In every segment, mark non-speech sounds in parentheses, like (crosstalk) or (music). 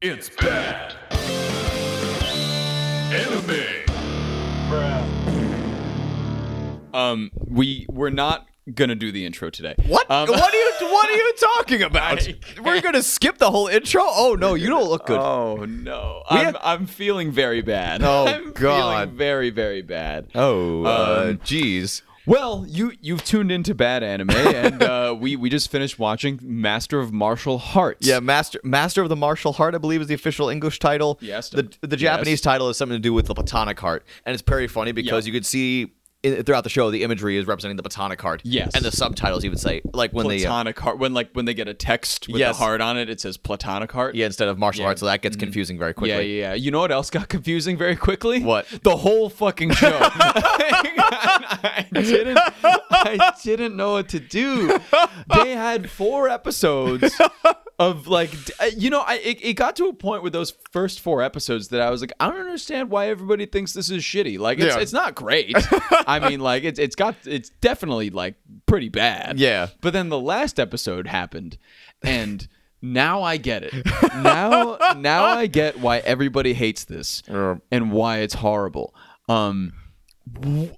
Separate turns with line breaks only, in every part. It's bad. Enemy.
Um, we we're not gonna do the intro today.
What?
Um,
(laughs) what
(laughs)
are you? What are you talking about? We're gonna skip the whole intro. Oh no, you don't look good.
Oh no! I'm,
have-
I'm feeling very bad. (laughs)
Oh,
I'm
God.
feeling very very bad.
Oh, uh,
Um,
jeez.
Well, you you've tuned into bad
(laughs)
anime, and uh, we we just finished watching Master of Martial Arts.
yeah, master, master of the martial heart, I believe, is the official English title.
Yes.
The the Japanese
Yes.
title is something to do with the platonic heart, and it's very funny because
Yeah.
you could see. In, throughout the show, the imagery is representing the platonic heart.
Yes.
and the subtitles even say like when they uh,
platonic heart. When like when they get a text with
Yes.
a heart on it, it says platonic heart.
yeah instead of martial arts, so that gets confusing very quickly.
Mm-hmm. Yeah, yeah, yeah. You know what else got (laughs) confusing very quickly?
What?
The whole fucking
(laughs)
show. (laughs) I didn't I didn't know what to do. They had four episodes of like d- uh, you know, I it, it got to a point with those first four episodes that I was like, I don't understand why everybody thinks this is shitty. Like it's
Yeah.
it's not
(laughs)
great. I mean, like it's it's got it's definitely like pretty bad.
Yeah.
But then the last episode happened, and now I get
(laughs)
it. Now, now I get why everybody hates this
Yeah.
and why it's horrible. Um, wh-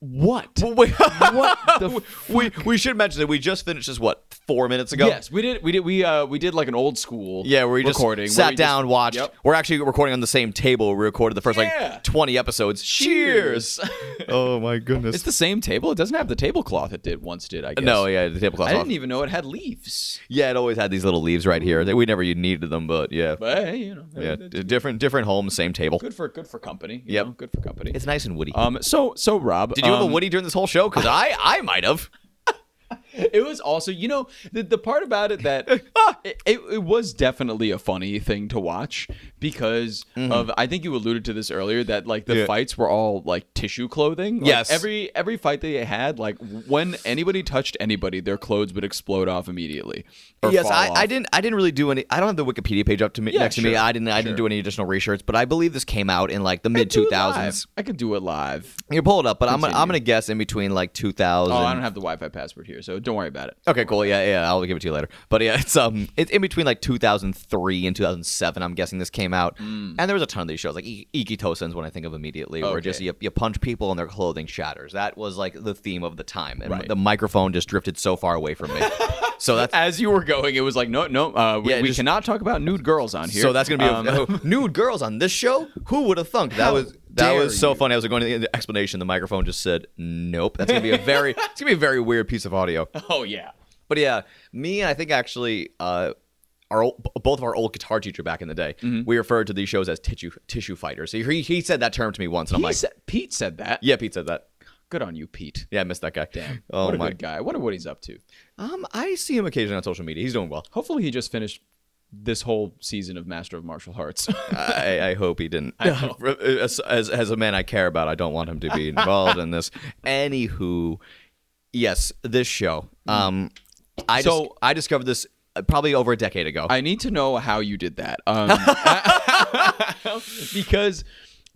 what?
(laughs) Well, wait-
What
(laughs)
the? F-
we we should mention that we just finished this what four minutes ago.
yes, we did. We did. We uh, we did like an old school.
Yeah, where we just
recording where
sat
we just-
down, watched.
Yep.
We're actually recording on the same table. We recorded the first
Yeah.
like 20 episodes.
Cheers.
oh my
(laughs)
goodness.
it's the same table. It doesn't have the tablecloth it did once. Did I? Guess.
no, yeah, the tablecloth.
I didn't e- even know it had leaves.
yeah, it always had these little leaves right here. that We never needed them, but yeah.
But hey, you know,
yeah,
it's
d- different different home, same table.
good for good for company. you
Yep.
know, good for company.
It's nice and woody.
um. So so Rob,
Did you have a
um,
woody during this whole show? Because I I might have.
It was also, you know, the, the part about it that
(laughs) Ah!
it, it, it was definitely a funny thing to watch because of I think you alluded to this earlier that like the
Mm-hmm. Yeah.
fights were all like tissue clothing. Like,
Yes.
Every every fight they had, like when anybody touched anybody, their clothes would explode off immediately. (laughs) or
yes,
fall
I,
off.
I didn't. I didn't really do any. I don't have the Wikipedia page up to me
Yeah,
next to me.
sure,
I didn't. I
sure.
didn't do any additional research, but I believe this came out in like the
I
mid
could do
two
it
thousands.
live. I could do it live.
You pull it up, but I'm gonna,
Continue.
I'm gonna guess in between like two thousand.
Oh, I don't have the Wi-Fi password here, so don't worry about it.
Okay, cool. Yeah, yeah, I'll give it to you later. But yeah, (laughs) it's um, it's in between like 2003 and 2007. I'm guessing this came out,
Mm.
and there was a ton of these shows. Like I- Ikitosen's when I think of immediately, where just
Okay.
you, you punch people and their clothing shatters. That was like the theme of the time, and
Right.
the microphone just drifted so far
(laughs)
away from me. so that's
As you were going, it was like, no, no, uh, we,
Yeah,
we
just-
cannot talk about nude girls on here.
so that's gonna be
Um,
(laughs) a, oh, nude girls on this show. Who would have thunk that
How
was that
dare
was so
you.
funny. I was going to the explanation. The microphone just said nope. That's gonna be a very
(laughs)
it's gonna be a very weird piece of audio.
oh yeah.
But yeah, me and I think actually uh, our old, b- both of our old guitar teacher back in the day,
Mm-hmm.
we referred to these shows as tissue tissue fighters. He, he said that term to me once, and I'm
He
like,
said, Pete said that.
yeah, Pete said that.
Good on you, Pete.
Yeah, I missed that guy.
Damn.
Oh
what a
my.
good guy. I wonder what he's up to.
Um, I see him occasionally on social media. He's doing well.
Hopefully, he just finished this whole season of Master of Martial Arts. (laughs)
I, I hope he didn't. uh, as, as, as a man I care about, I don't want him to be involved in this. Anywho, yes, this show. Um, I
Mm-hmm. So-
so I discovered this uh, probably over a decade ago.
I need to know how you did that. Um, (laughs) because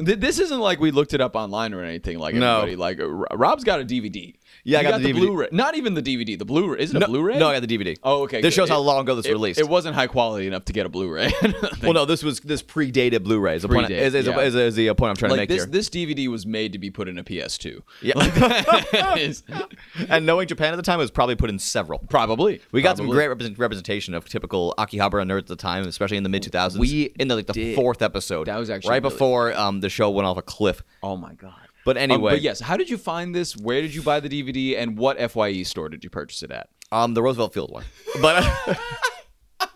th- this isn't like we looked it up online or anything like
No.
everybody. Like uh, Ro- Rob's got a DVD.
Yeah, I
You
got the DVD.
Blu-ray. Not even the DVD. The Blu-ray. Is it a
no,
Blu-ray?
No, I got the DVD.
Oh, okay,
This
good.
shows how
It-
long ago this released.
It wasn't high quality enough to get a
(laughs)
Blu-ray.
Well, no, this was this predated Blu-ray. Is the point?
Predate,
Is, is,
yeah.
is, is the uh, point I'm trying
like
to
this,
make here?
this DVD was made to be put in a PS2.
Yeah.
Like,
(laughs)
is-
and knowing Japan at the time, it was probably put in several.
probably.
We got some
Probably.
great represent- representation of typical Akihabara nerds at the time, especially in the mid 2000s. We in the like the
did.
fourth episode.
That was actually
right
really
before um, the show went off a cliff.
Oh my god.
But anyway,
but yes, how did you find this? Where did you buy the DVD? And what FYE store did you purchase it at?
um, the Roosevelt Field one, but. (laughs) uh,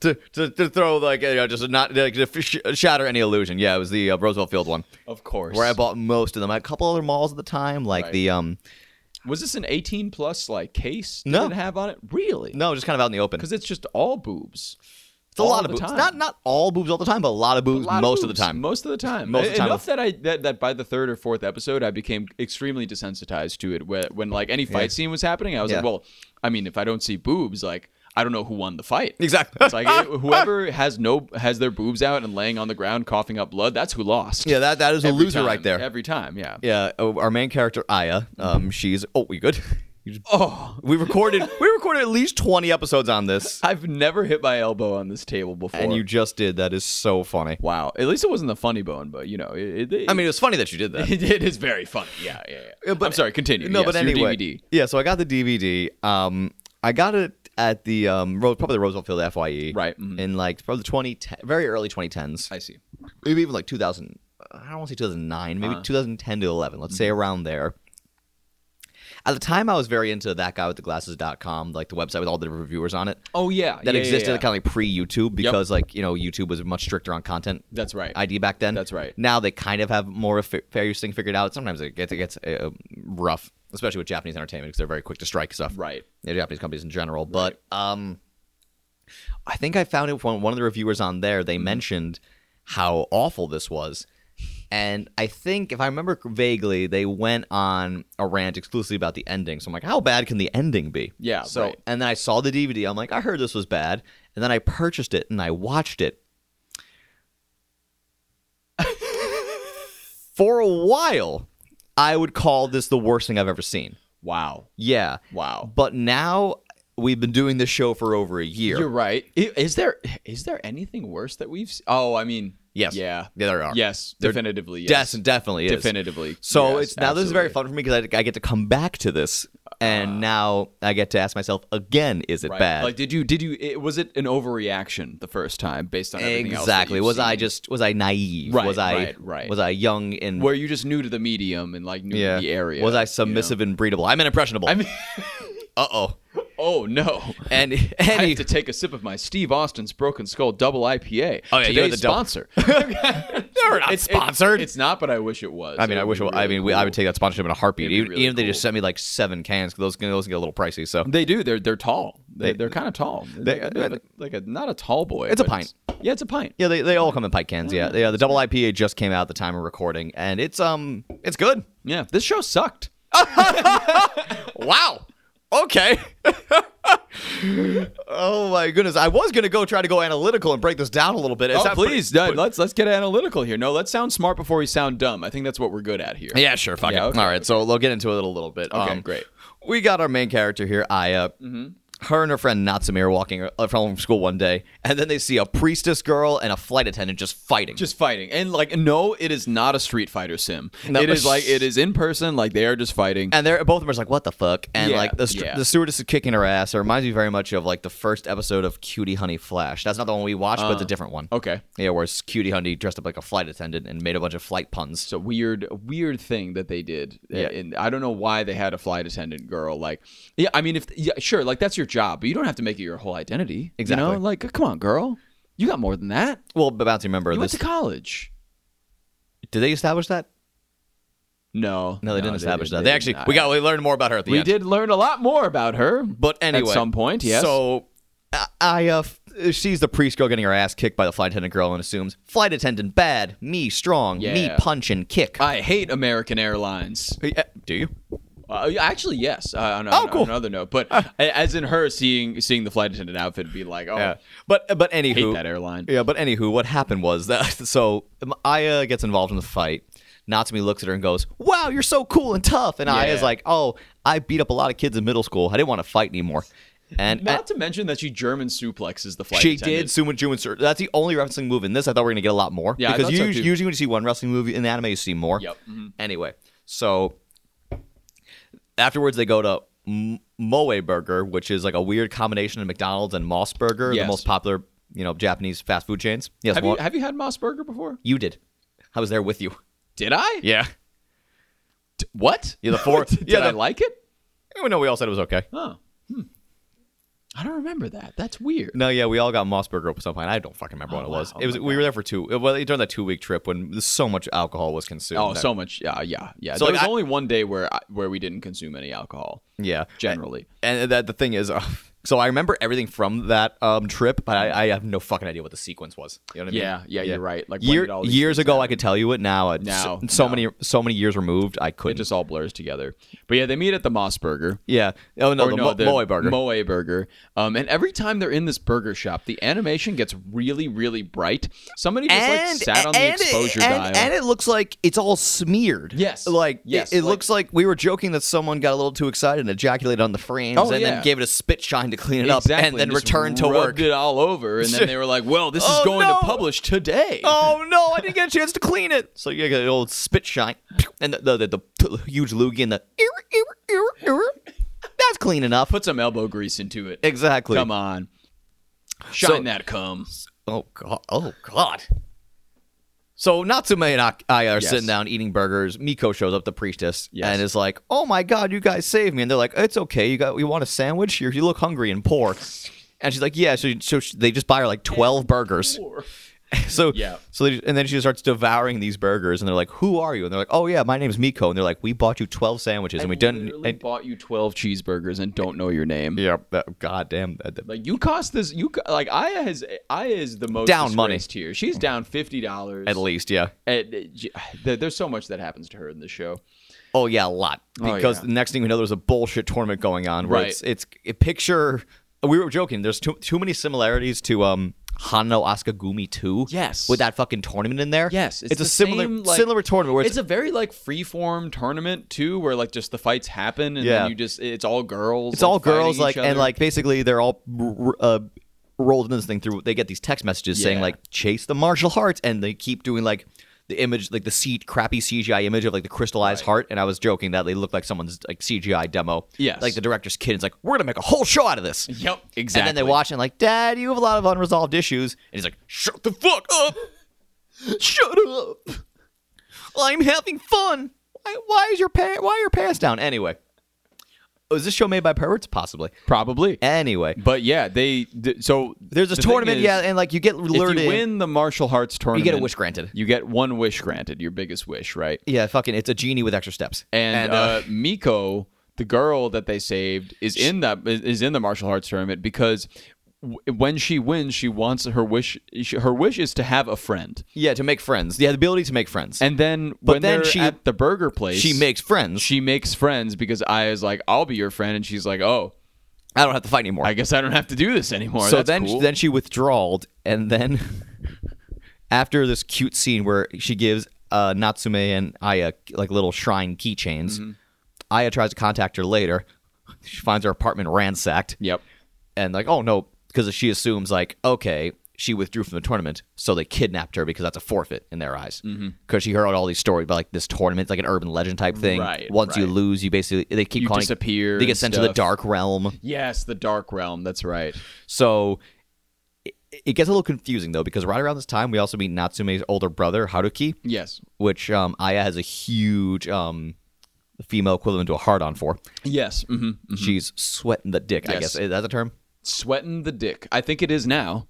To, to, to throw like you know, just not like, to sh- shatter any illusion. Yeah, it was the uh, Roosevelt Field one
Of course.
where I bought most of them. I had a couple other malls at the time, like
Right.
the um
was this an 18 plus like case? Did
No.
It have on it really?
no, just kind of out in the open.
Because it's just all boobs.
It's a lot of boobs.
Time.
Not not all boobs all the time, but a lot of
A
boobs
lot
most of,
boobs.
the time.
Most of the time.
Most of the time.
Enough that I that, that by the third or fourth episode, I became extremely desensitized to it. When, when like any fight scene was happening, I was
Yeah.
like, well, I mean, if I don't see boobs, like I don't know who won the fight.
Exactly.
It's
(laughs)
like it- whoever has no has their boobs out and laying on the ground coughing up blood, that's who lost.
yeah, that that is a
Every
loser
time.
right there.
Every time, yeah.
yeah, oh, our main character Aya, um, she's oh, we good? (laughs) You just-
Oh,
we recorded we recorded at least 20 episodes
(laughs)
on this
I've never hit my elbow on this table before.
and you just did. That is so funny.
wow. At least it wasn't the funny bone, but you know, it, it,
I mean, it's funny that you did
(laughs)
that.
it, it is very funny. Yeah, yeah. yeah. I'm sorry. Continue.
No,
Yes,
but
your
anyway,
DVD.
yeah. So I got the DVD. Um, I got it at the um, Ro- probably the Roosevelt Field Fye,
Right, mhm.
In like probably 2010, very early 2010s,
I see.
maybe even like 2000. I don't want to say 2009,
Uh.
maybe 2010 to 11. Let's
Mm-hmm.
say around there. At the time, I was very into that guy with the glasses.com, like the website with all the reviewers on it
Oh yeah,
that
yeah, yeah,
existed
yeah.
kind of like pre YouTube because like you know YouTube was much stricter on content
That's right.
ID back then.
That's right.
Now they kind of have more of fa- fair use thing figured out. Sometimes it gets it gets uh, rough, especially with Japanese entertainment because they're very quick to strike stuff.
right.
Yeah, Japanese companies in general, but um, I think I found it from one of the reviewers on there.
Mm-hmm.
They mentioned how awful this was. And I think, if I remember vaguely, they went on a rant exclusively about the ending. So I'm like, how bad can the ending be?
Yeah,
So
right.
and then I saw the DVD. I'm like, I heard this was bad. And then I purchased it and I
(laughs)
watched it. For a while, I would call this the worst thing I've ever seen.
Wow.
Yeah.
Wow.
But now we've been doing this show for over a year.
You're right. I- Is there is there anything worse that we've? s- Oh, I mean,
Yes.
yeah,
Yeah, there are.
yes,
There
definitively, yes,
Yes, definitely is.
definitively.
So
yes,
it's now this is very
absolutely. Ah.
fun for me because I, I get to come back to this, and now I get to ask myself again: Is it
Right.
bad?
Like, did you did you? It, was it an overreaction the first time based on everything else that
exactly.
you've
Was I
seen?
just was I naive?
Right,
was I
right, right.
was I young and
where you just new to the medium and like new
yeah?
to the area?
was I
you know?
submissive and breedable? I'm
(laughs)
impressionable.
I mean,
uh
(laughs)
oh.
oh no.
And
I
any
have to take a sip of my Steve Austin's Broken Skull Double IPA.
Oh, yeah,
Today's
you're the double-
sponsor.
(laughs)
(laughs)
they're not
It's- it-
sponsored.
it's not, but I wish it was.
I mean,
It
I
would
wish.
be
I
really
mean, we, I
cool.
would take that sponsorship in a heartbeat.
It'd be
Even,
really
even if they
cool.
just sent me like seven cans, 'cause those those can get a little pricey. So
They do. They're they're tall. They,
They-
they, are kind of tall.
they-
They're like, like a not a tall boy.
It's a
but
pint.
yeah, it's a pint.
Yeah, they, they all come in pint cans. Yeah, yeah. The double IPA just came out at the time of recording, and it's um, it's good.
Yeah. This show sucked.
Wow. Okay. (laughs) oh my goodness! I was gonna go try to go analytical and break this down a little bit. It's
Oh,
not pretty-
please, uh, let's let's get analytical here. No, let's sound smart before we sound dumb. I think that's what we're good at here.
Yeah, sure. Fuck
Yeah,
it.
okay.
All right, so we'll get into it a little, little bit. Um,
Okay, great.
We got our main character here, Aya. Her and her friend Natsumi are walking uh, from school one day, and then they see a priestess girl and a flight attendant just fighting.
Just fighting. And like no, it is not a Street Fighter sim.
No.
It is like it is in person, like they are just fighting.
and they're both of them are just like, "What the fuck?" And
Yeah,
like the, st-
yeah.
the stewardess is kicking her ass. It reminds me very much of like the first episode of Cutie Honey Flash. That's not the one we watched, but it's a
Uh.
different one.
Okay.
Yeah, where it's Cutie Honey dressed up like a flight attendant and made a bunch of flight puns.
It's a weird, weird thing that they did. uh,
Yeah.
And I don't know why they had a flight attendant girl. Like, yeah, I mean, if yeah, sure, like that's your job, but you don't have to make it your whole identity. You
Exactly.
know, like, come on, girl, you got more than that.
Well, but about to remember
You went
this.
to college.
did they establish that?
No,
No, they didn't establish that. They, actually,
did
we
not.
got we learned more about her at the
We
end.
did learn a lot more about her,
But anyway,
at some point, yes.
So I- I uh, f- sees the priest girl getting her ass kicked by the flight attendant girl and assumes flight attendant bad, me strong,
Yeah.
me
Uh,
punch and kick.
I hate American Airlines.
Yeah, do you?
Uh, actually, yes. Uh, on,
Oh,
on-
cool.
on another note,
(laughs)
but as in her seeing seeing the flight attendant outfit, be like, oh,
Yeah. But but anywho,
hate that airline.
Yeah, but anywho, what happened was that (laughs) so um, Aya gets involved in the fight. Natsumi looks at her and goes, "Wow, you're so cool and tough." And Aya's
Yeah.
like, "Oh, I beat up a lot of kids in middle school. I didn't want to fight anymore." And,
Not to mention that she German suplexes the
and
flight
she
attendant.
did Suman Juman Sir. That's the only wrestling move in this. I thought we were gonna get a lot more.
Yeah, I
because
thought
you
so,
usually,
too.
when you see one wrestling movie in anime, you see more.
Yep. Mhm.
Anyway, so afterwards they go to M- Moe Burger, which is like a weird combination of McDonald's and Moss Burger, the
Yes.
most popular, you know, Japanese fast food chains. Yes,
Have
Mo-
you have you had Moss Burger before?
You did. I was there with
(laughs)
you.
Did I?
Yeah.
D- What?
Yeah, the
(laughs)
four.
Did
yeah,
I
the,
like it?
no, we all said it was okay.
Oh. Hmm. I don't remember that. That's weird.
No, yeah, we all got Mossberger at some point. I don't fucking remember what it was.
wow.
it was
Oh my
we were there for two. Well, during that two week trip when so much alcohol was consumed.
Oh,
that-
so much. Yeah, yeah, yeah.
So,
there
like,
was
I-
only one day where I, where we didn't consume any alcohol
yeah.
generally.
And that the thing is, uh, (laughs) So I remember everything from that um, trip, but I, I have no fucking idea what the sequence was. You know what I mean?
Yeah, yeah, you're right. Like, when
Year,
did all these
years
things
ago, I
happen?
could tell you it. Now, it's
Now,
so, so
no.
many, so many years removed, I
it
couldn't.
just all blurs together. But yeah, they meet at the Moss Burger.
yeah. Oh no,
Or
the,
no,
Mo-
the
Moe burger.
Moe burger. Um, and every time they're in this burger shop, the animation gets really, really bright. Somebody just like sat on the
and
exposure
it, and,
dial.
and it looks like it's all smeared.
Yes.
like
Yes,
it, it
like-
looks like we were joking that someone got a little too excited and ejaculated on the frames,
Oh,
and
yeah.
then gave it a spit shine to clean it up,
Exactly,
and then
just
returned to
rubbed
work.
it all over, and then they were like, "Well, this is
(laughs) Oh,
going
no.
to publish today."
(laughs) Oh no, I didn't get a chance to clean it. So you got an old spit shine, and the the, the, the huge loogie and the ear, ear, ear, ear. that's clean enough.
Put some elbow grease into it.
Exactly.
Come on, shine
So-
that cum.
Oh god. Oh god. So Natsume and I- I are
Yes.
sitting down eating burgers. Miko shows up, the priestess,
Yes.
and is like, "Oh my god, you guys saved me!" And they're like, "It's okay. You got. You want a sandwich? You're, you look hungry and poor." And she's like, "Yeah." So, so she- they just buy her like twelve burgers. (laughs) So
Yeah.
So they, and then she starts devouring these burgers, and they're like, "Who are you?" And they're like, "Oh yeah, my name's Miko." And they're like, "We bought you twelve sandwiches, and we didn't."
Literally
And,
bought you twelve cheeseburgers and don't know your name.
yeah. That, god damn. That, that-
Like you cost this. You co- like Aya has Aya is the most
Down money.
disgraced here. She's down fifty dollars. uh,
at least, yeah.
(sighs) There's so much that happens to her in the show.
Oh yeah, a lot.
Oh,
Because
yeah.
the next thing we know, there's a bullshit tournament going on. Where
Right.
It's it's it picture. We were joking. There's too too many similarities to um Hano Asukagumi two.
Yes.
With that fucking tournament in there.
Yes,
It's,
it's
a
the
similar
same, like-
similar tournament where
It's
it's,
a very like freeform tournament too, where like just the fights happen and
Yeah.
then you just it's all girls.
it's all girls
fighting
like
each
and
other.
like basically they're all r- r- uh, rolled into this thing through. They get these text messages saying
Yeah.
like chase the martial arts and they keep doing like. The image, like the seat, crappy CGI image of like the crystallized heart, and I was joking that they look like someone's like CGI demo.
Yes.
like the director's kid is like, "We're gonna make a whole show out of this."
yep exactly.
And then they watch and like, Dad, you have a lot of unresolved issues. And he's like, Shut the fuck
(laughs)
up. Shut up. I'm having fun. Why, why is your pa- why are your pants down? Anyway. Was this show made by perverts? Possibly.
probably.
Anyway.
But yeah, they d- so
There's this
the thing
tournament,
is,
yeah, and like you get
If
lured
you
in.
win the martial arts
you
tournament,
get a wish granted.
You get one wish granted, your biggest wish, right?
Yeah, fucking it's a genie with extra steps.
and, uh, Miko, the girl that they saved, is in that is is in the martial arts tournament because w- when she wins, she wants her wish. She, her wish is to have a friend,
yeah, to make friends. Yeah, the ability to make friends.
and then when
then
they're
she-
at the burger place,
she makes friends.
she makes friends because Aya's like, "I'll be your friend," and she's like, "Oh,
I don't have to fight anymore.
I guess I don't have to do this anymore."
so
Oh, That's
then
cool.
then she withdrawled and then (laughs) after this cute scene where she gives uh, Natsume and Aya like little shrine keychains,
Mm-hmm.
Aya tries to contact her later. (laughs) She finds her apartment ransacked
yep,
and like, oh no, because she assumes like, okay, she withdrew from the tournament, so they kidnapped her because that's a forfeit in their eyes.
Mm-hmm.
Because she heard all these stories about like this tournament, like an urban legend type thing.
Right,
Once you
right.
lose, you basically they keep
You
calling
disappear
They get
and
sent to the
stuff.
dark realm.
yes, the dark realm. That's right.
So it, it gets a little confusing though because right around this time we also meet Natsume's older brother Haruki,
Yes,
which um, Aya has a huge um, female equivalent to a hard on for.
yes. hmm
She's sweating the dick. I
Yes.
guess is that the term.
Sweating the dick. I think it is now.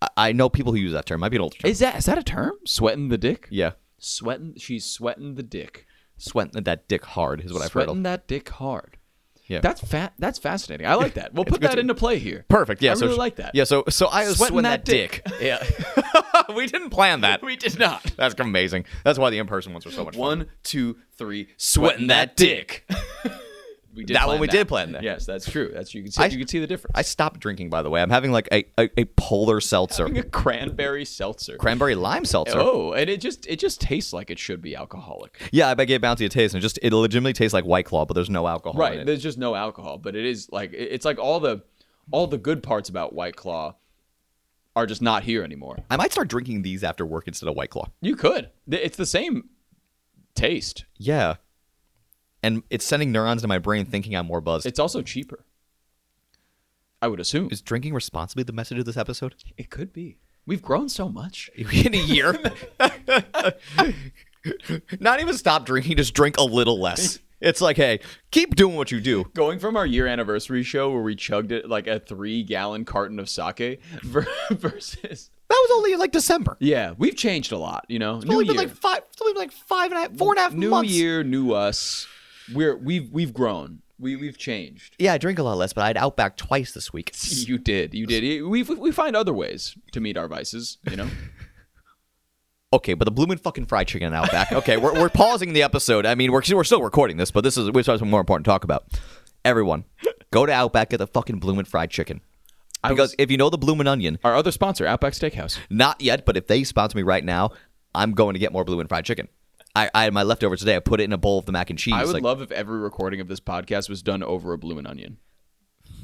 I, I know people who use that term. Might be an older term.
Is that is that a term? Sweating the dick.
yeah,
Sweating. She's sweating the dick.
sweating that dick hard is what I've heard.
sweating
Of.
that dick hard.
Yeah.
that's fat. That's fascinating. I like
(laughs)
that. We'll put that into play here.
Perfect. Yeah.
I
so
really
she-
like that.
Yeah. So so Aya's
Sweating
sweating,
that
that, dick. Yeah. (laughs) we didn't plan that.
(laughs) (laughs) We did not.
That's amazing. That's why the in-person ones were so much fun.
One, two, three.
Sweating that dick. (laughs)
We did
That
plan
one we did plan that.
Yes, that's true. That's you can see.
I-
you can see the difference.
I stopped drinking, by the way. I'm having like a, a, a polar seltzer.
a cranberry seltzer.
(laughs) cranberry lime seltzer.
Oh, and it just it just tastes like it should be alcoholic.
Yeah, I bet gave Bounty a taste, and it just it legitimately tastes like White Claw, but there's no alcohol
Right.
in it.
There's just no alcohol, but it is like it- it's like all the all the good parts about White Claw are just not here anymore.
I might start drinking these after work instead of White Claw.
You could. Th- It's the same taste.
Yeah, and it's sending neurons to my brain thinking I'm more buzzed.
It's also cheaper. I would assume.
Is drinking responsibly the message of
(laughs)
this episode?
It could be. We've grown so much.
in a year, (laughs) not even stop drinking, just drink a
(laughs)
little less. It's like, hey, keep doing what you do.
Going from our year anniversary show where we chugged it like a three gallon carton of sake (laughs) ver- versus.
That was only like December.
Yeah, we've changed a lot, you know.
It's
New
only
year,
been like five, it's only been like five and a half, four and a half
new
months.
year, new us. We're we've we've grown. We we've changed.
Yeah, I drink a lot less, but I'd out back twice
(laughs)
this week.
You did. You did. We we- we find other ways to meet our vices. You (laughs) know.
Okay, but the bloomin' fucking fried chicken out back. Okay, we're, we're pausing the episode. I mean, we're, we're still recording this, but this is we have something more important to talk about. Everyone, go to Outback get the fucking bloomin' fried chicken.
I
Because
was-
if you know the bloomin' onion,
our other sponsor, Outback Steakhouse.
not yet, but if they sponsor me right now, I'm going to get more bloomin' fried chicken. I, I had my leftovers today. I put it in a bowl of the mac and cheese.
I would
like,
love if every recording of this podcast was done over a bloomin' onion.
do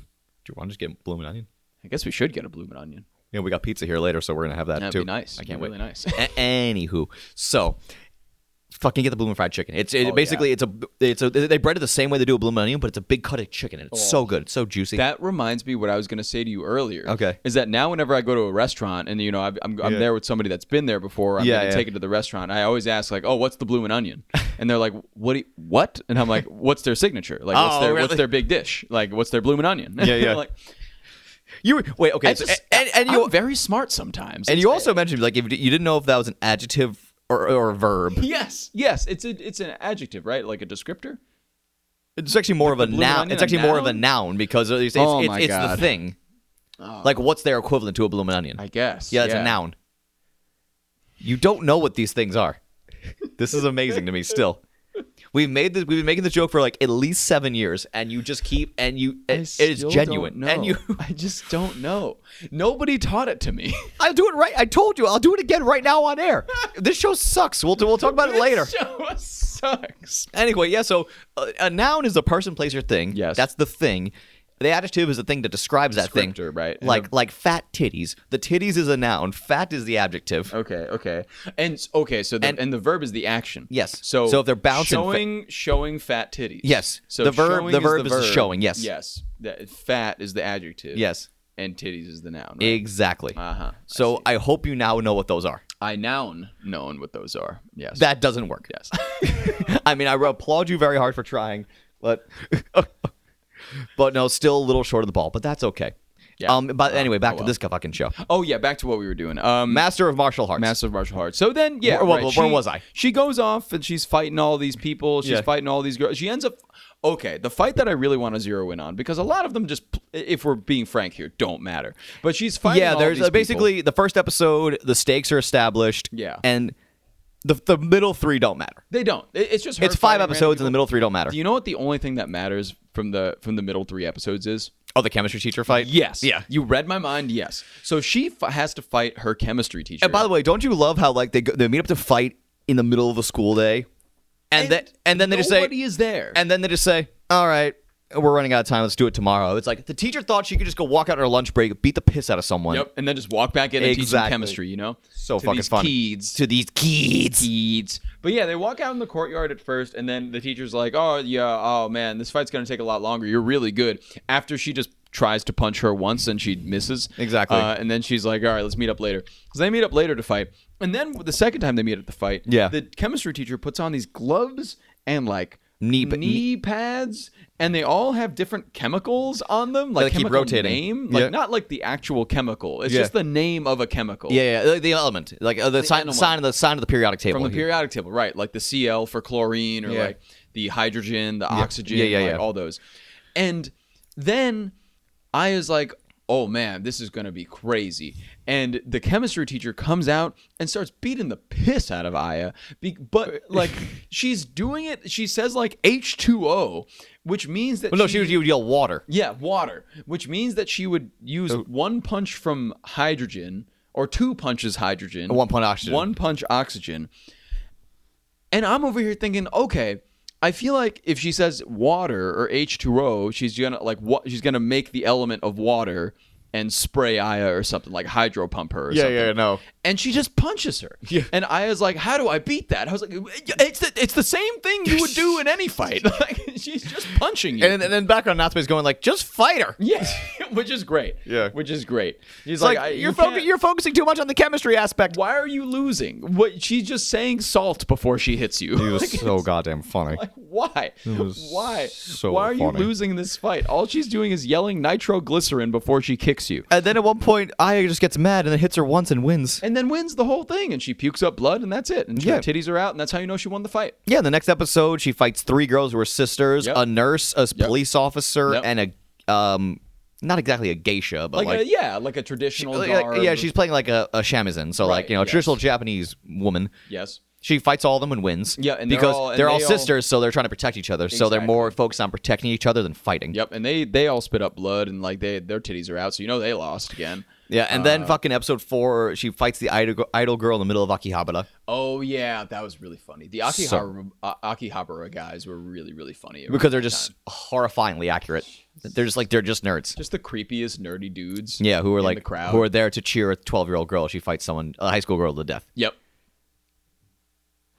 you want to just get bloomin' onion?
I guess we should get a bloomin' onion.
Yeah, we got pizza here later, so we're gonna have that
That'd
too.
be nice.
I can't
That'd
wait.
be Really (laughs) nice.
A- Anywho, so fucking get the bloomin' fried chicken. It's it,
Oh,
basically it's a it's a they bread it the same way they do a bloomin' onion, but it's a big cut of chicken and it's so good, it's so juicy.
Oh. That reminds me what I was going to say to you earlier.
Okay.
Is that now whenever I go to a restaurant and you know I've, I'm, I'm
Yeah.
there with somebody that's been there before, I'm
Yeah,
going
yeah.
to take it to the restaurant. I always ask like, "Oh, what's the bloomin' onion?" (laughs) And they're like, "What? do you- what?" And I'm like, "What's their signature? (laughs) Like, what's
Oh,
their what's
really?
their big dish? Like, what's their bloomin' onion?" (laughs)
Yeah, yeah.
like,
you were- wait, okay,
I
so-
just,
and, and you
I'm very smart sometimes.
and
It's-
you also mentioned like if you didn't know if that was an adjective or, or a verb.
yes, yes, it's a it's an adjective, right? Like a descriptor.
It's actually more of a
bloomin'
noun.
onion
It's
a
actually more of a
noun?
noun because it's it's,
Oh
it's,
my
it's the
God. Oh.
thing. Like what's their equivalent to a bloomin' onion?
I guess.
Yeah, it's a noun. You don't know what these things are. This is amazing to me still. We've made this we've been making this joke for like at least seven years, and you just keep and you
I
it, it is
still
genuine.
don't
And
know.
you
(laughs) I just don't know. Nobody taught it to me.
(laughs) I'll do it right. I told you, I'll do it again right now on air. This show sucks. We'll we'll (laughs) talk about it
(laughs)
later.
This show sucks.
Anyway, yeah, so uh, a noun is a person, place, or thing.
Yes.
That's the thing. The adjective is the thing that describes that thing.
Descriptor, right. And
Like
a-
like fat titties. The titties is a noun. Fat is the adjective.
Okay, okay, and s- okay. So the,
And-
and, the verb is the action.
Yes.
So
So if they're bouncing fa-
showing showing fat titties.
Yes.
So
The verb-
showing
the
is
verb is the showing, yes.
Yes. That fat is the adjective.
Yes.
And titties is the noun. Right?
Exactly.
uh huh.
So I, hope you now know what those are.
I noun knowing what those are. Yes.
That doesn't work.
yes. (laughs)
(laughs) I mean, I applaud you very hard for trying, but (laughs) but no, still a little short of the ball, but that's okay.
Yeah.
Um. But anyway, back
oh
to
well.
this fucking show.
oh yeah. Back to what we were doing. Um.
Master of martial arts.
Massive martial arts. So then, yeah,
Where- where-
right,
where was I?
She goes off and she's fighting all these people. She's
Yeah.
fighting all these girls. She ends up. Okay, the fight that I really want to zero in on because a lot of them just, if we're being frank here, don't matter. But she's fighting.
yeah.
all
There's
these
uh, basically the first episode. The stakes are established.
Yeah.
And the the middle three don't matter.
people. they don't. It- It's just her
It's five
fighting random
episodes, and
people.
the middle three don't matter.
Do you know what the only thing that matters from the from the middle three episodes is?
oh, the chemistry teacher fight.
Yes.
Yeah.
You read my mind. Yes. So she f- has to fight her chemistry teacher.
And by the way, don't you love how like they go, they meet up to fight in the middle of a school day, and, that and then they just say
nobody is there.
And then they just say, all right, we're running out of time. Let's do it tomorrow. It's like the teacher thought she could just go walk out on her lunch break, beat the piss out of someone.
yep. And then just walk back in and teach them
Exactly.
chemistry. You know.
So
to
fucking
these
funny.
Kids.
To these kids.
Deeds. But yeah, they walk out in the courtyard at first, and then the teacher's like, "Oh yeah, oh man, this fight's gonna take a lot longer. You're really good." After she just tries to punch her once and she misses.
Exactly.
Uh, and then she's like, "All right, let's meet up later." So they meet up later to fight, and then the second time they meet at the fight,
Yeah.
the chemistry teacher puts on these gloves and like.
Knee pa-
knee pads, and they all have different chemicals on them, like
they keep
chemical
rotating.
name, like
Yeah.
not like the actual chemical. It's
Yeah.
just the name of a chemical.
Yeah, yeah, like the element, like uh, the, sign,
animal.
sign of the sign of the periodic table.
from the periodic table, right? Like the Cl for chlorine, or
Yeah.
like the hydrogen, the oxygen,
Yeah, yeah,
like
yeah.
all those. And then I is like, oh man, this is gonna be crazy. And the chemistry teacher comes out and starts beating the piss out of Aya, be-
Uh, (laughs)
but like she's doing it. She says like H two O, which means that
Well, no, she would, she would yell water.
yeah, water, which means that she would use one punch from hydrogen or two punches hydrogen,
One punch oxygen.
one punch oxygen. And I'm over here thinking, okay, I feel like if she says water or H2O, she's gonna like what she's gonna make the element of water and spray Aya or something like hydro pump her. Or something.
no.
And she just punches her.
Yeah.
And Aya's like, "How do I beat that?" I was like, "It's the, it's the same thing you would (laughs) do in any fight. Like she's just punching you."
And, and then back on Natsume's going like, just fight her.
Yes. (laughs) which is great.
Yeah.
which is great. He's
It's like,
I-
you're
you
foc-
can't-
you're focusing too much on the chemistry aspect.
Why are you losing? What she's just saying salt before she hits you.
He (laughs) was
Like,
so goddamn funny.
like, (laughs) why?
was
Why?
so
why are
funny.
you losing this fight? All she's doing is yelling nitroglycerin before she kicks you.
And then at one point, Aya just gets mad and then hits her once and wins.
And then wins the whole thing, and she pukes up blood, and that's it. And
Yeah.
her titties are out, and that's how you know she won the fight.
Yeah, the next episode, she fights three girls who are sisters,
Yep.
a nurse, a s-
Yep.
police officer,
Yep.
and a um, not exactly a geisha, but
Like,
like,
a, yeah, like a traditional.
like- like-
garb.
yeah, she's playing like a, a shamisen, so like
Right,
you know,
yes.
traditional Japanese woman.
yes.
She fights all of them and wins.
Yeah, and they're
because
all- and
they're all
they all-
sisters, so they're trying to protect each other. So they're
Exactly.
more focused on protecting each other than fighting.
Yep, and they they all spit up blood, and like they their titties are out, so you know they lost again.
Yeah, and
Uh.
then fucking episode four, she fights the idol, idol girl in the middle of Akihabara.
Oh yeah, that was really funny. The Akihabara, A- Akihabara guys were really really funny around
because they're
that
just
time.
horrifyingly accurate. They're just like they're just nerds.
just the creepiest nerdy dudes.
Yeah, who are
in the
like
crowd.
who are there to cheer a twelve-year-old girl? She fights someone, a high school girl, to death.
Yep,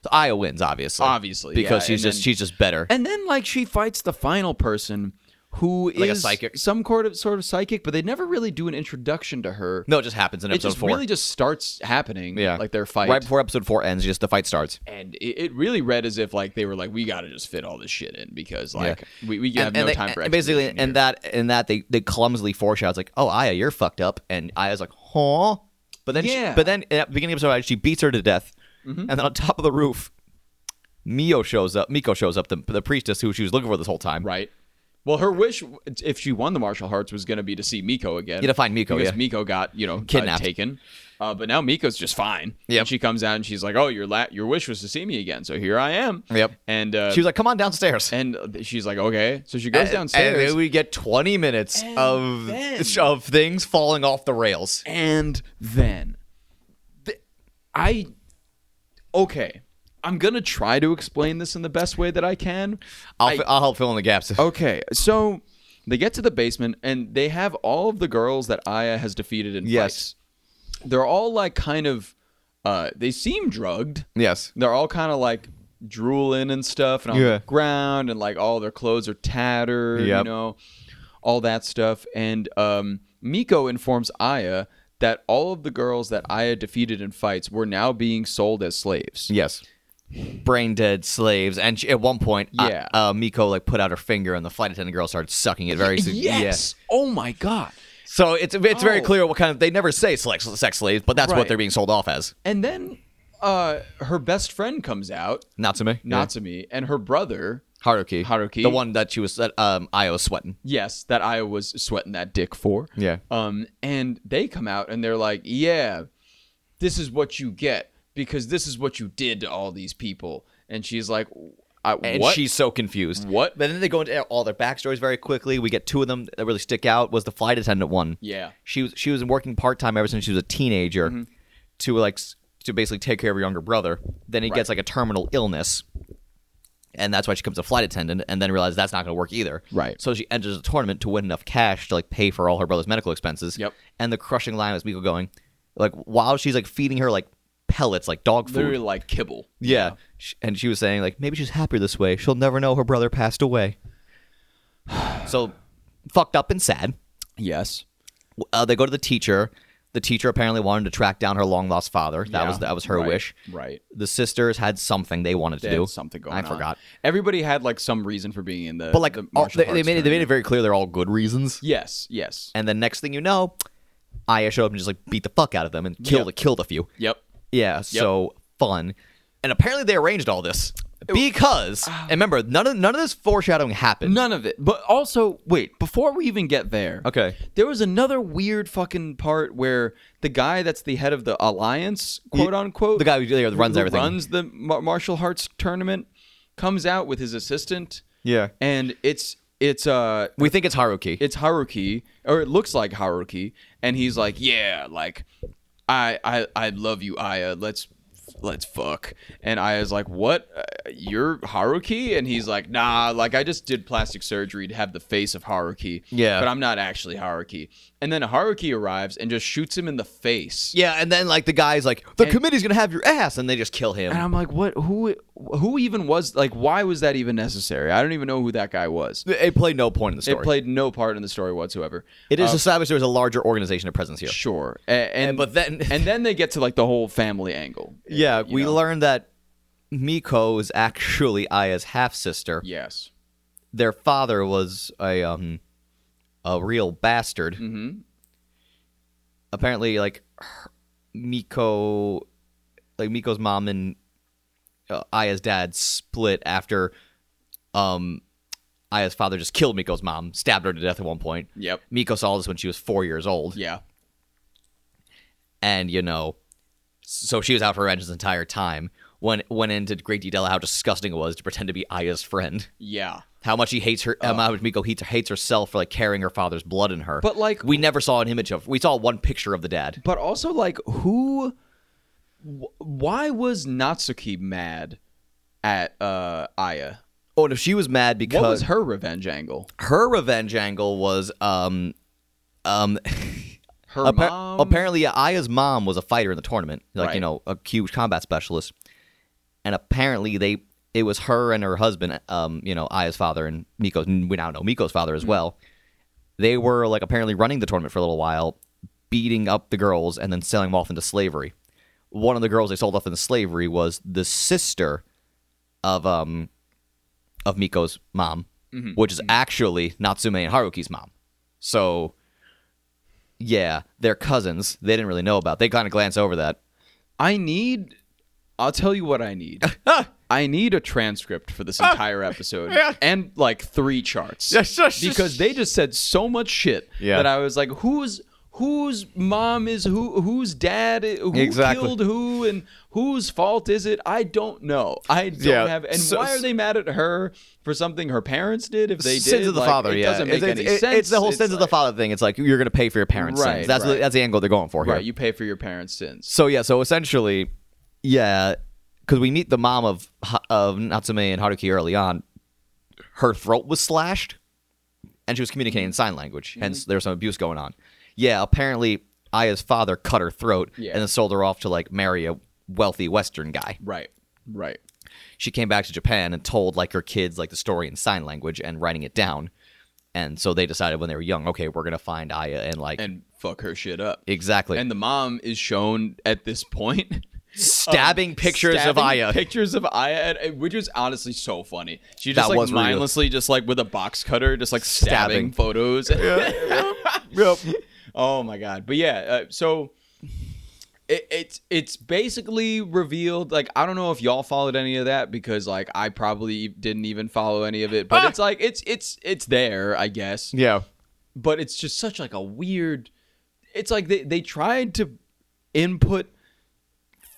So Aya wins, obviously.
Obviously,
because
yeah,
she's
and
just
then-
she's just better.
and then like she fights the final person who is
Like a psychic?
some sort of sort of psychic, but they never really do an introduction to her.
no, it just happens in
it
episode
just
four.
really just starts happening.
yeah,
like their fight,
right before episode four ends. Just the fight starts.
and it, it really read as if like they were like, we got to just fit all this shit in because like we, we have
and,
no
and they-
time for
and basically,
exposition here.
and that and that they they clumsily foreshadow. It's like, oh, Aya, you're fucked up, and Aya's like, huh. But then,
Yeah. Mm-hmm.
she, but then at the beginning of episode, five, she beats her to death, and then on top of the roof, Mio shows up. Miko shows up, the, the priestess who she was looking for this whole time.
Right. Well, her wish, if she won the martial arts, was going to be to see Miko again.
Yeah, to find Miko,
Because
yeah.
Miko got you know uh,
Kidnapped.
taken. Uh, but now Miko's just fine.
Yep.
And she comes out and she's like, "Oh, your la- your wish was to see me again, so here I am."
Yep.
And uh,
She was like, come on downstairs.
and she's like, "Okay." So she goes downstairs.
And then Uh, we get 20 minutes
And
of
then-
(laughs) of things falling off the rails.
and then Th- I okay. I'm gonna try to explain this in the best way that I can.
I'll,
I-
fi- I'll help fill in the gaps.
Okay, so they get to the basement and they have all of the girls that Aya has defeated in
Yes.
fights. They're all like kind of uh they seem drugged.
Yes.
They're all kind of like drooling and stuff and on
Yeah.
the ground and like all their clothes are tattered, you
Yep.
know, all that stuff. And um Miko informs Aya that all of the girls that Aya defeated in fights were now being sold as slaves.
Yes. Brain dead slaves. And she, at one point, uh,
Yeah.
uh, Miko like put out her finger and the flight attendant girl started sucking
(laughs)
it very yeah.
Yes. Oh my god.
So it's it's very
Oh.
clear what kind of they never say sex, sex slaves, but that's what
Right.
they're being sold off as.
And then uh her best friend comes out
Natsume.
Natsumi and her brother.
yeah. Haruki.
Haruki.
The one that she was that um I was sweating.
Yes, that I was sweating that dick for.
Yeah.
Um, and they come out and they're like, "Yeah, this is what you get because this is what you did to all these people." And she's like, "I
And
what?"
she's so confused.
What?
But then they go into all their backstories very quickly. We get two of them that really stick out was the flight attendant one.
yeah. Mm-hmm.
she was she was working part time ever since she was a teenager to like s- to basically take care of her younger brother. Then he gets like a terminal illness, and that's why she becomes a flight attendant. And then realizes that's not going to work either.
Right.
So she enters a tournament to win enough cash to like pay for all her brother's medical expenses.
Yep.
And the crushing line was Miko going like while she's like feeding her like pellets like dog food.
Literally like kibble.
Yeah. Sh And she was saying, like, maybe she's happier this way. She'll never know her brother passed away. (sighs) so fucked up and sad.
Yes.
Uh, they go to the teacher. The teacher apparently wanted to track down her long lost father. That was that was her
right,
wish.
Right.
The sisters had something they wanted to
They had
do.
something going
I
on.
forgot.
Everybody had like some reason for being in the
But like,
the
all,
martial
they, they
arts
made it, they made
tournament.
it very clear they're all good reasons.
Yes, yes.
And then next thing you know, Aya showed up and just like beat the fuck out of them and killed
Yep.
killed a few.
Yep.
Yeah, so fun. And apparently they arranged all this because
Ah.
and remember none of none of this foreshadowing happened.
None of it. But also, wait, before we even get there.
Okay.
There was another weird fucking part where the guy that's the head of the alliance, quote unquote,
The guy who yeah, runs
who
everything.
runs the mar- martial arts tournament, comes out with his assistant.
Yeah.
And it's it's uh
We think it's Haruki.
it's Haruki, or it looks like Haruki, and he's like, "Yeah, like, I, I, I love you, Aya. Let's, let's fuck." And Aya's like, "What? Uh, you're Haruki?" And he's like, "Nah, like I just did plastic surgery to have the face of Haruki.
Yeah.
but I'm not actually Haruki." And then Haruki arrives and just shoots him in the face.
yeah, and then like the guy's like, the committee's gonna have your ass, and they just kill him.
And I'm like, "What? Who? who even was like why was that even necessary? I don't even know who that guy was.
It played no point in the story.
It played uh, no part in the story whatsoever.
It is established there was a larger organization of presence here.
Sure. A- And,
but then-
and then they get to like the whole family angle.
Yeah,
You
we
know?
learned that Miko is actually Aya's half sister.
Yes.
Their father was a um a real bastard.
Mhm.
Apparently, like her- Miko, like Miko's mom and uh, Aya's dad split after um Aya's father just killed Miko's mom, stabbed her to death at one point.
Yep.
Miko saw this when she was four years old.
Yeah.
and you know, so she was out for revenge this entire time. When went into great detail how disgusting it was to pretend to be Aya's friend,
Yeah.
how much he hates her, how much Miko hates, hates herself for like carrying her father's blood in her.
But, like-
we never saw an image of. We saw one picture of the dad.
But also like who wh- why was Natsuki mad at uh Aya?
Oh, and if she was mad
What was
because her-,
her revenge angle?
revenge angle was um um.
Her
appar-
mom
Apparently, Aya's mom was a fighter in the tournament, like you
Right.
know, a huge combat specialist. And apparently, they it was her and her husband, um, you know, Aya's father and Miko's. We now know Miko's father
Mm-hmm.
as well. They were like apparently running the tournament for a little while, beating up the girls and then selling them off into slavery. One of the girls they sold off into slavery was the sister of um of Miko's mom,
Mm-hmm.
which is actually Natsume and Haruki's mom. So yeah, they're cousins. They didn't really know about. They kind of glance over that.
I need. I'll tell you what I
(laughs)
need. I need a transcript for
Ah!
this entire
(laughs)
episode and like three charts because they just said so much shit
Yeah.
that I was like, who's whose mom is who whose dad i- who
Exactly.
killed who and whose fault is it i don't know i don't
Yeah,
have and
so-
why are they mad at her for something her parents did if they did
sins of the
Like,
father.
it
yeah,
doesn't make
it's, it's-
any
it-
sense
it's the whole sins of the
like-
father thing. It's like you're gonna pay for your parents'
Right,
sins. That's
right.
the, that's the angle they're going for here.
right you pay for your parents sins
So yeah, so essentially, yeah, because we meet the mom of Ha- of Natsume and Haruki early on. Her throat was slashed, and she was communicating in sign language.
Mm-hmm.
Hence, there was some abuse going on. Yeah, apparently Aya's father cut her throat
Yeah.
and then sold her off to like marry a wealthy Western guy.
right right
she came back to Japan and told like her kids like the story in sign language and writing it down. And so they decided when they were young, okay, we're gonna find Aya and like
and fuck her shit up
exactly
and um, the mom is shown at this point
stabbing pictures of
Um, stabbing
Aya.
pictures of Aya, and- and- which is honestly so funny. She just
That
like
was really good.
mindlessly, just like with a box cutter, just like stabbing,
Stabbing.
photos. (laughs) oh my god! But yeah, uh, so. It, it's it's basically revealed like I don't know if y'all followed any of that because like I probably e, didn't even follow any of it but
Ah!
it's like it's it's it's there I guess
yeah,
but it's just such like a weird it's like they, they tried to input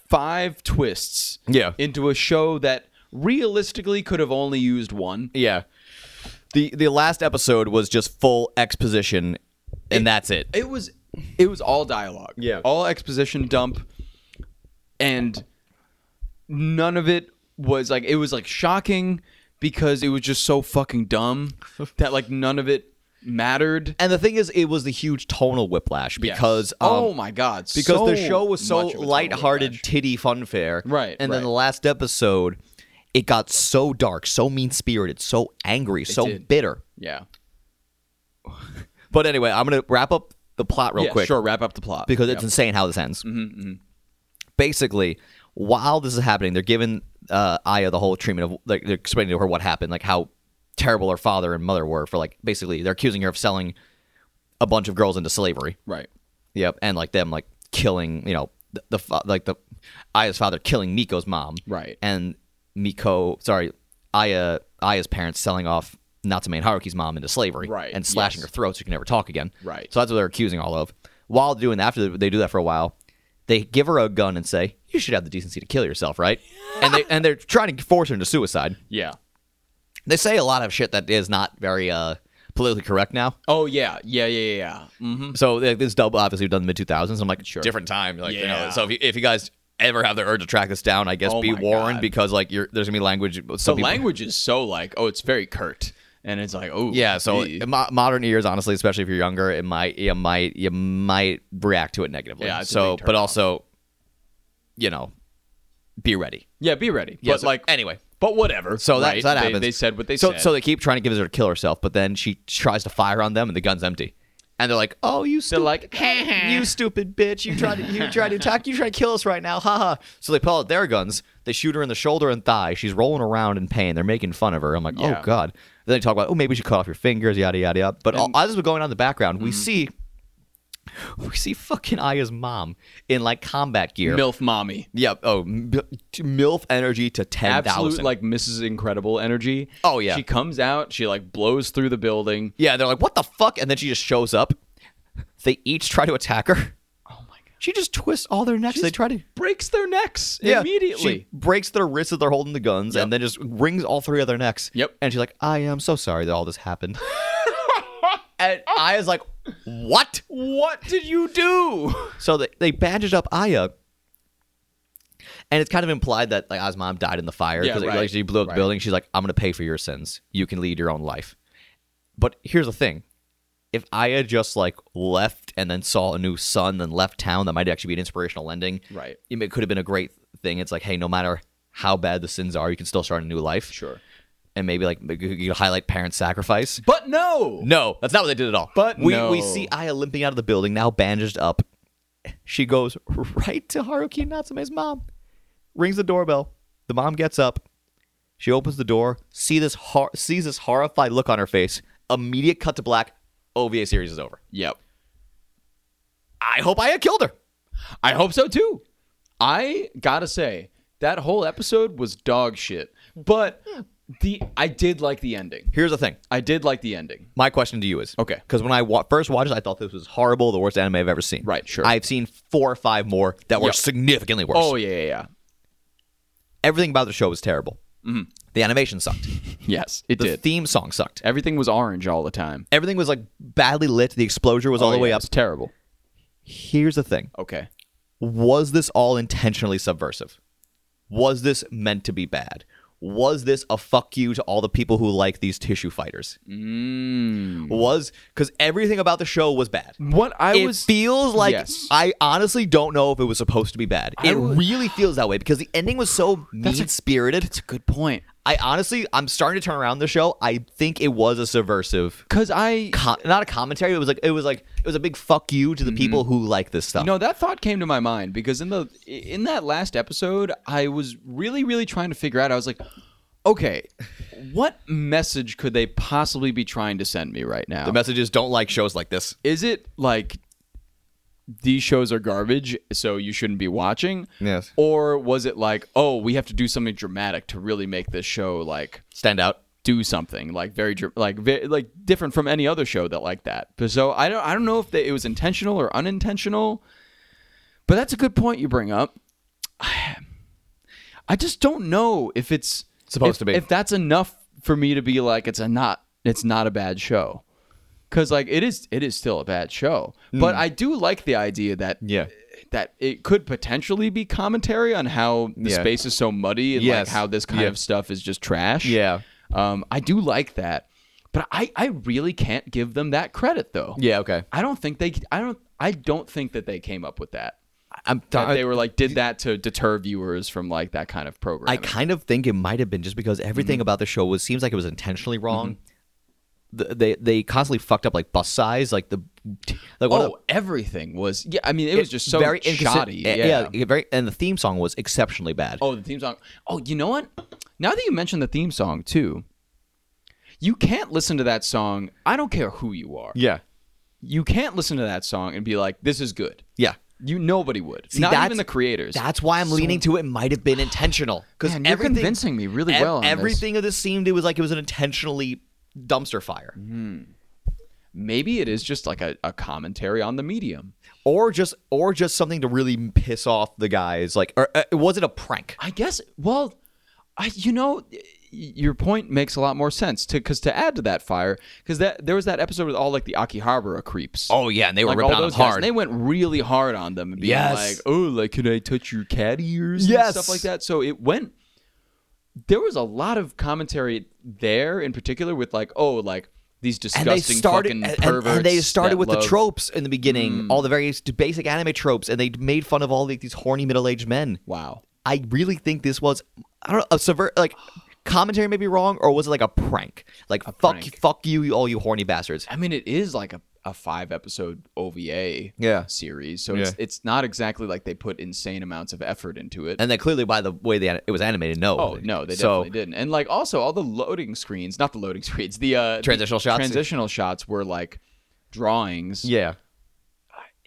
five twists
Yeah.
into a show that realistically could have only used one
yeah. The the last episode was just full exposition, and that's it.
it was it was all dialogue
Yeah.
all exposition dump and none of it was like it was like shocking because it was just so fucking (laughs) dumb that like none of it mattered
And the thing is, it was the huge tonal whiplash because
Yes.
um,
oh my god
because
so
the show was so
much of a total
lighthearted,
whiplash.
titty fun fair.
Right,
And
right.
then the last episode, it got so dark, so mean spirited, so angry, so
did.
bitter.
yeah
But anyway, I'm gonna wrap up the plot real
yeah,
quick
Sure, wrap up the plot
because
Yep. Mm-hmm,
it's insane how this ends. Basically, while this is happening, they're giving uh, Aya the whole treatment of like they're explaining to her what happened, like how terrible her father and mother were for like basically they're accusing her of selling a bunch of girls into slavery.
right.
Yep, and like them like killing, you know, the, the fa- like the Aya's father killing Miko's mom.
Right.
And Miko, sorry, Aya Aya's parents selling off Natsume and Haruki's mom into slavery.
Right,
And slashing
yes.
her throat so she can never talk again.
Right.
So that's what they're accusing all of. While doing that, after they do that for a while, they give her a gun and say, "You should have the decency to kill yourself, right?" and they and they're trying to force her into suicide.
Yeah.
They say a lot of shit that is not very uh politically correct now.
Oh yeah, yeah, yeah, yeah. Mm-hmm.
So like, this dub obviously was done in the mid 2000s. I'm like,
Sure.
different time. Like, you know,
Yeah.
so if you, if you guys ever have the urge to track this down, I guess
Oh
be
my
warned
God.
because like you're, there's gonna be language. Some
The
people,
language is so like, oh, it's very curt, and it's like, oh,
Yeah. So
ee.
in mo- modern ears, honestly, especially if you're younger, it might you might you might react to it negatively.
Yeah, it's a
So,
big
but
turnoff.
also, you know, be ready.
Yeah, be ready.
Yeah,
but
so-
like,
anyway.
but whatever.
So that,
right?
so that
They-
happens.
They, said what they
so,
said.
So they keep trying to give her to kill herself, but then she tries to fire on them, and the gun's empty. And they're like, "Oh, you
they're
stupid,
like,
you stupid bitch! You tried to, you tried to attack, you tried to kill us right now, haha!" So they pull out their guns. They shoot her in the shoulder and thigh. She's rolling around in pain. They're making fun of her. I'm like,
Yeah.
"Oh god!" Then they talk about, "Oh, maybe you should cut off your fingers, yada yada yada." But all, as was going on in the background,
Mm-hmm.
we see, we see fucking Aya's mom in like combat gear.
milf mommy.
yeah. Oh, m- milf energy to ten
absolute
thousand.
like Mrs. Incredible energy.
Oh, yeah.
she comes out. She like blows through the building.
Yeah, they're like, what the fuck? And then she just shows up. They each try to attack her.
Oh my god!
She just twists all their necks. they try to
Breaks their necks
Yeah,
immediately.
She breaks their wrists that they're holding the guns and then just wrings all three of their necks.
Yep.
And she's like, I am so sorry that all
(laughs)
this happened. and Aya's like, what?
What did you do?
So they, they bandage up Aya. And it's kind of implied that like Aya's mom died in the fire
Yeah,
because
right,
like, she blew up the
right.
building. She's like, I'm gonna pay for your sins. You can lead your own life. But here's the thing: if Aya just like left and then saw a new sun, then left town, that might actually be an inspirational ending.
Right.
It may- could have been a great thing. It's like, hey, no matter how bad the sins are, you can still start a new life,
Sure.
and maybe like you- you highlight parent sacrifice.
But no.
No, that's not what they did at all.
But
we
no.
we see Aya limping out of the building, now bandaged up. She goes (laughs) right to Haruki Natsume's mom, rings the doorbell. The mom gets up. She opens the door, see this hor- sees this horrified look on her face. Immediate cut to black. OVA series is over.
Yep.
I hope Aya killed her.
I hope so too. I gotta say that whole episode was dog shit. But the I did like the ending.
Here's the thing.
I did like the ending.
My question to you is
Okay.
Because when I wa- first watched it, I thought this was horrible, the worst anime I've ever seen.
Right, sure.
I've seen four or five more that were
Yep.
significantly worse.
Oh yeah, yeah, yeah.
Everything about the show was terrible. The animation sucked.
Yes, it
The
did.
theme song sucked.
Everything was orange all the time.
Everything was like badly lit. The exposure was all
Oh,
the
yeah,
way
it
up.
was terrible.
Here's the thing
Okay.
Was this all intentionally subversive? Was this meant to be bad? Was this a fuck you to all the people who like these tissue fighters? Was because everything about the show was bad.
What Mm. I
it
was
feels like
Yes.
I honestly don't know if it was supposed to be bad. It
was-
really feels that way because the ending was so mean spirited.
That's a good point.
I honestly, I'm starting to turn around the show. I think it was a subversive
Cause I
com- not a commentary. It was like it was like it was a big fuck you to the people who like this stuff.
No, that thought came to my mind because in the in that last episode, I was really really trying to figure out. I was like, okay, what message could they possibly be trying to send me right now?
the messages don't like shows like this.
Is it like these shows are garbage, so you shouldn't be watching?
Yes.
Or was it like, oh, we have to do something dramatic to really make this show like
Stand out.
do something like very dr- like very, like different from any other show that like that. But so I don't I don't know if they, it was intentional or unintentional. But that's a good point you bring up. (sighs) I just don't know if it's
Supposed
if-
to be.
if that's enough for me to be like it's a not it's not a bad show. Cuz like it is it is still a bad show. But I do like the idea that
Hmm. Yeah.
that it could potentially be commentary on how the
Yeah.
space is so muddy and
Yes.
like how this kind
Yeah.
of stuff is just trash.
Yeah.
Um, I do like that, but I, I really can't give them that credit though.
Yeah. Okay.
I don't think they I don't I don't think that they came up with that.
I'm.
That
I,
they were like did that to deter viewers from like that kind of
I
programming.
kind of think it might have been just because everything about the show was seems like it was intentionally wrong. Th- They they constantly fucked up like bus size like the like one of the-
oh, everything was yeah. I mean, it was just so very
inconsi-
shoddy.
eh,
yeah.
yeah, very and the theme song was exceptionally bad.
Oh, the theme song. Oh, you know what? Now that you mentioned the theme song too, you can't listen to that song. I don't care who you are.
yeah,
You can't listen to that song and be like, "This is good."
yeah.
You nobody would. Not
that's-
even the creators.
That's why I'm leaning to it might have been intentional because
Man, you're convincing me really well on this.
everything of this seemed it was like it was an intentionally dumpster fire
maybe it is just like a, a commentary on the medium.
or just or just something to really piss off the guys. Like, or uh, was it a prank?
I guess. Well, I you know, y- your point makes a lot more sense to because to add to that fire because that there was that episode with all like the Akihabara creeps.
Oh yeah, and they were
Like
ripping
all
on them
those guys,
hard.
and they went really hard on them, and being
Yes.
like, "Oh, like can I touch your cat ears?" and
Yes.
stuff like that. So it went. There was a lot of commentary there, in particular, with like, "Oh, like these
and
disgusting
they started
fucking
and, and-
perverts."
and they started
that
with the
love- Mm.
tropes in the beginning, all the various basic anime tropes, and they made fun of all the, these horny middle aged men.
Wow.
I really think this was I don't know, a subvert like commentary may be wrong or was it like a prank? Like fuck
prank.
fuck you all you horny bastards.
I mean, it is like a, a five episode OVA
Yeah.
series, so it's
Yeah.
it's not exactly like they put insane amounts of effort into it.
And then clearly by the way they it was animated no.
oh no, they
so,
definitely didn't. And like also all the loading screens, not the loading (laughs) screens, the uh, the
Transitional shots?
transitional shots were like drawings.
Yeah.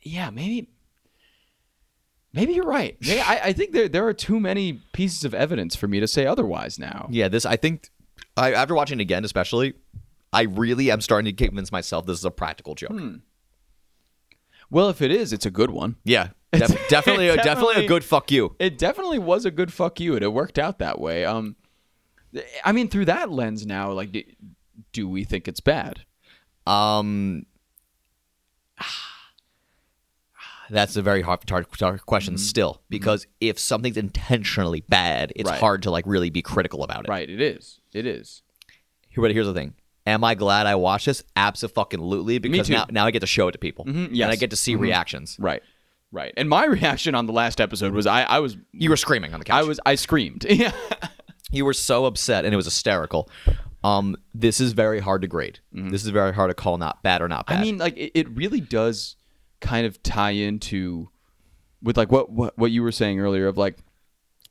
yeah, maybe. Maybe you're right. Maybe, I, I think there there are too many pieces of evidence for me to say otherwise now.
Yeah, this I think I after watching it again especially, I really am starting to convince myself this is a practical joke.
Hmm. Well, if it is, it's a good one. (laughs)
Yeah. Def- definitely, definitely
definitely-
a good fuck you.
It definitely was a good fuck you, and it worked out that way. Um, I mean, through that lens now, like, do, do we think it's bad?
Um, that's a very hard, hard, hard question
Mm-hmm.
still because if something's intentionally bad, it's
Right.
hard to like really be critical about it.
Right. It is. It is.
Here- But here's the thing: Am I glad I watched this? Absolutely, because
too. Mm-hmm.
now now I get to show it to people
yes.
and I get to see reactions.
Right. Right. And my (laughs) reaction on the last episode was I I was
You were screaming on the couch.
I was I
(laughs)
screamed. Yeah.
you were so upset and it was hysterical. Um, this is very hard to grade. This is very hard to call not bad or not bad.
Mm-hmm. I mean, like it, it really does kind of tie into with like what, what what you were saying earlier of like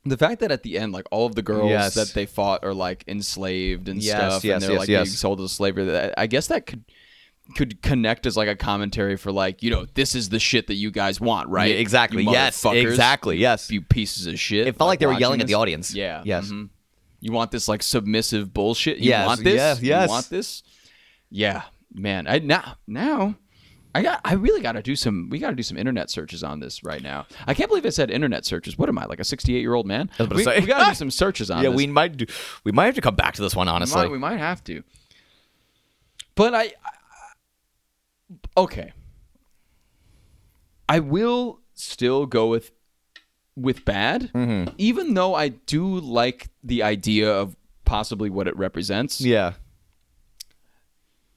the fact that at the end, like all of the girls
Yes.
that they fought are like enslaved and
Yes,
stuff,
yes,
and they're
yes,
like
yes.
being sold to slavery. That I guess that could could connect as like a commentary for like you know this is the shit that you guys want, right?
Yeah, exactly.
You
Yes,
motherfuckers,
exactly. Yes.
You pieces of shit.
It felt like they were
watching
yelling at
this.
the audience.
Yeah.
Yes.
mhm. You want this like submissive bullshit? You
Yes,
want this?
yeah, yes.
You want this? Yeah, man. I now now I got I really got to do some we got to do some internet searches on this right now. I can't believe I said internet searches. What am I like a 68-year-old man?
about to
we
say. (laughs)
got to do some searches on
Yeah,
this.
we might do. We might have to come back to this one,
We
honestly.
might, we might have to. But I, I- okay. I will still go with with bad,
Mm-hmm.
even though I do like the idea of possibly what it represents.
yeah,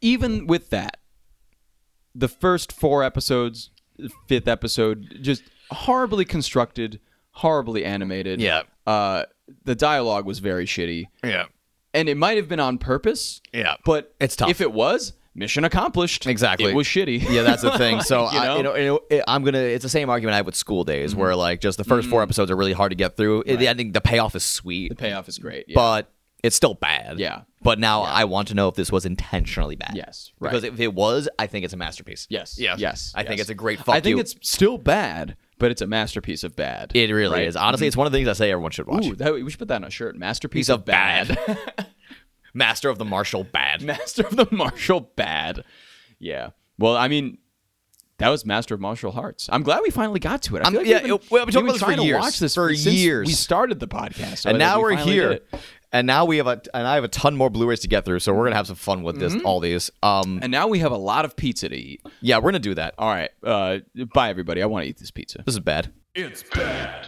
Even with that, the first four episodes, fifth episode, just horribly constructed, horribly animated.
Yeah.
Uh, the dialogue was very shitty
yeah,
and it might have been on purpose.
Yeah.
but
It's tough.
If it was, mission accomplished.
Exactly.
It was shitty.
yeah. That's the thing. So
You
I, you
know?
know,
Mm-hmm.
you know, it- I'm gonna. It's the same argument I have with school days, where like just the 1st four episodes are really hard to get through. The ending, the payoff is
(laughs)
sweet,
the payoff is great. Yeah.
but it's still bad.
Yeah.
But now I want to know if this was intentionally bad.
Yes, right.
Because if it was, I think it's a masterpiece.
yes,
Yes.
yes,
I think
yes.
it's a great fuck
I think
you.
it's still bad, but it's a masterpiece of bad.
It really
Right. Mm-hmm.
is. Honestly, it's one of the things I say everyone should watch.
Ooh, that, we should put that on a shirt. Masterpiece
Piece
of
of
bad.
Master of the martial
(laughs)
bad.
Master of the martial bad. Yeah. Well, I mean. That was Master of Martial Hearts. I'm glad we finally got to it. I
I'm-
feel like
yeah,
we've been,
it- we've been talking about
we've
this for
trying to
years.
watch this
For
since
years.
We started the podcast, so I
and
think
now
we
we are
finally did
here.
it.
And now we have a and I have a ton more Blu-rays to get through, so we're gonna have some fun with this. All these, um,
Mm-hmm. And now we have a lot of pizza to eat.
yeah, we're gonna do that.
All right. Uh, bye, everybody. I want to eat this pizza.
This is bad.
It's bad.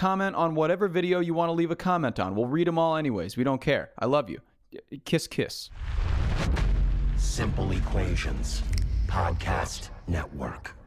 comment on whatever video you want to leave a comment on. We'll read them all anyways. We don't care. I love you. Kiss, kiss.
Simple Equations Podcast Network.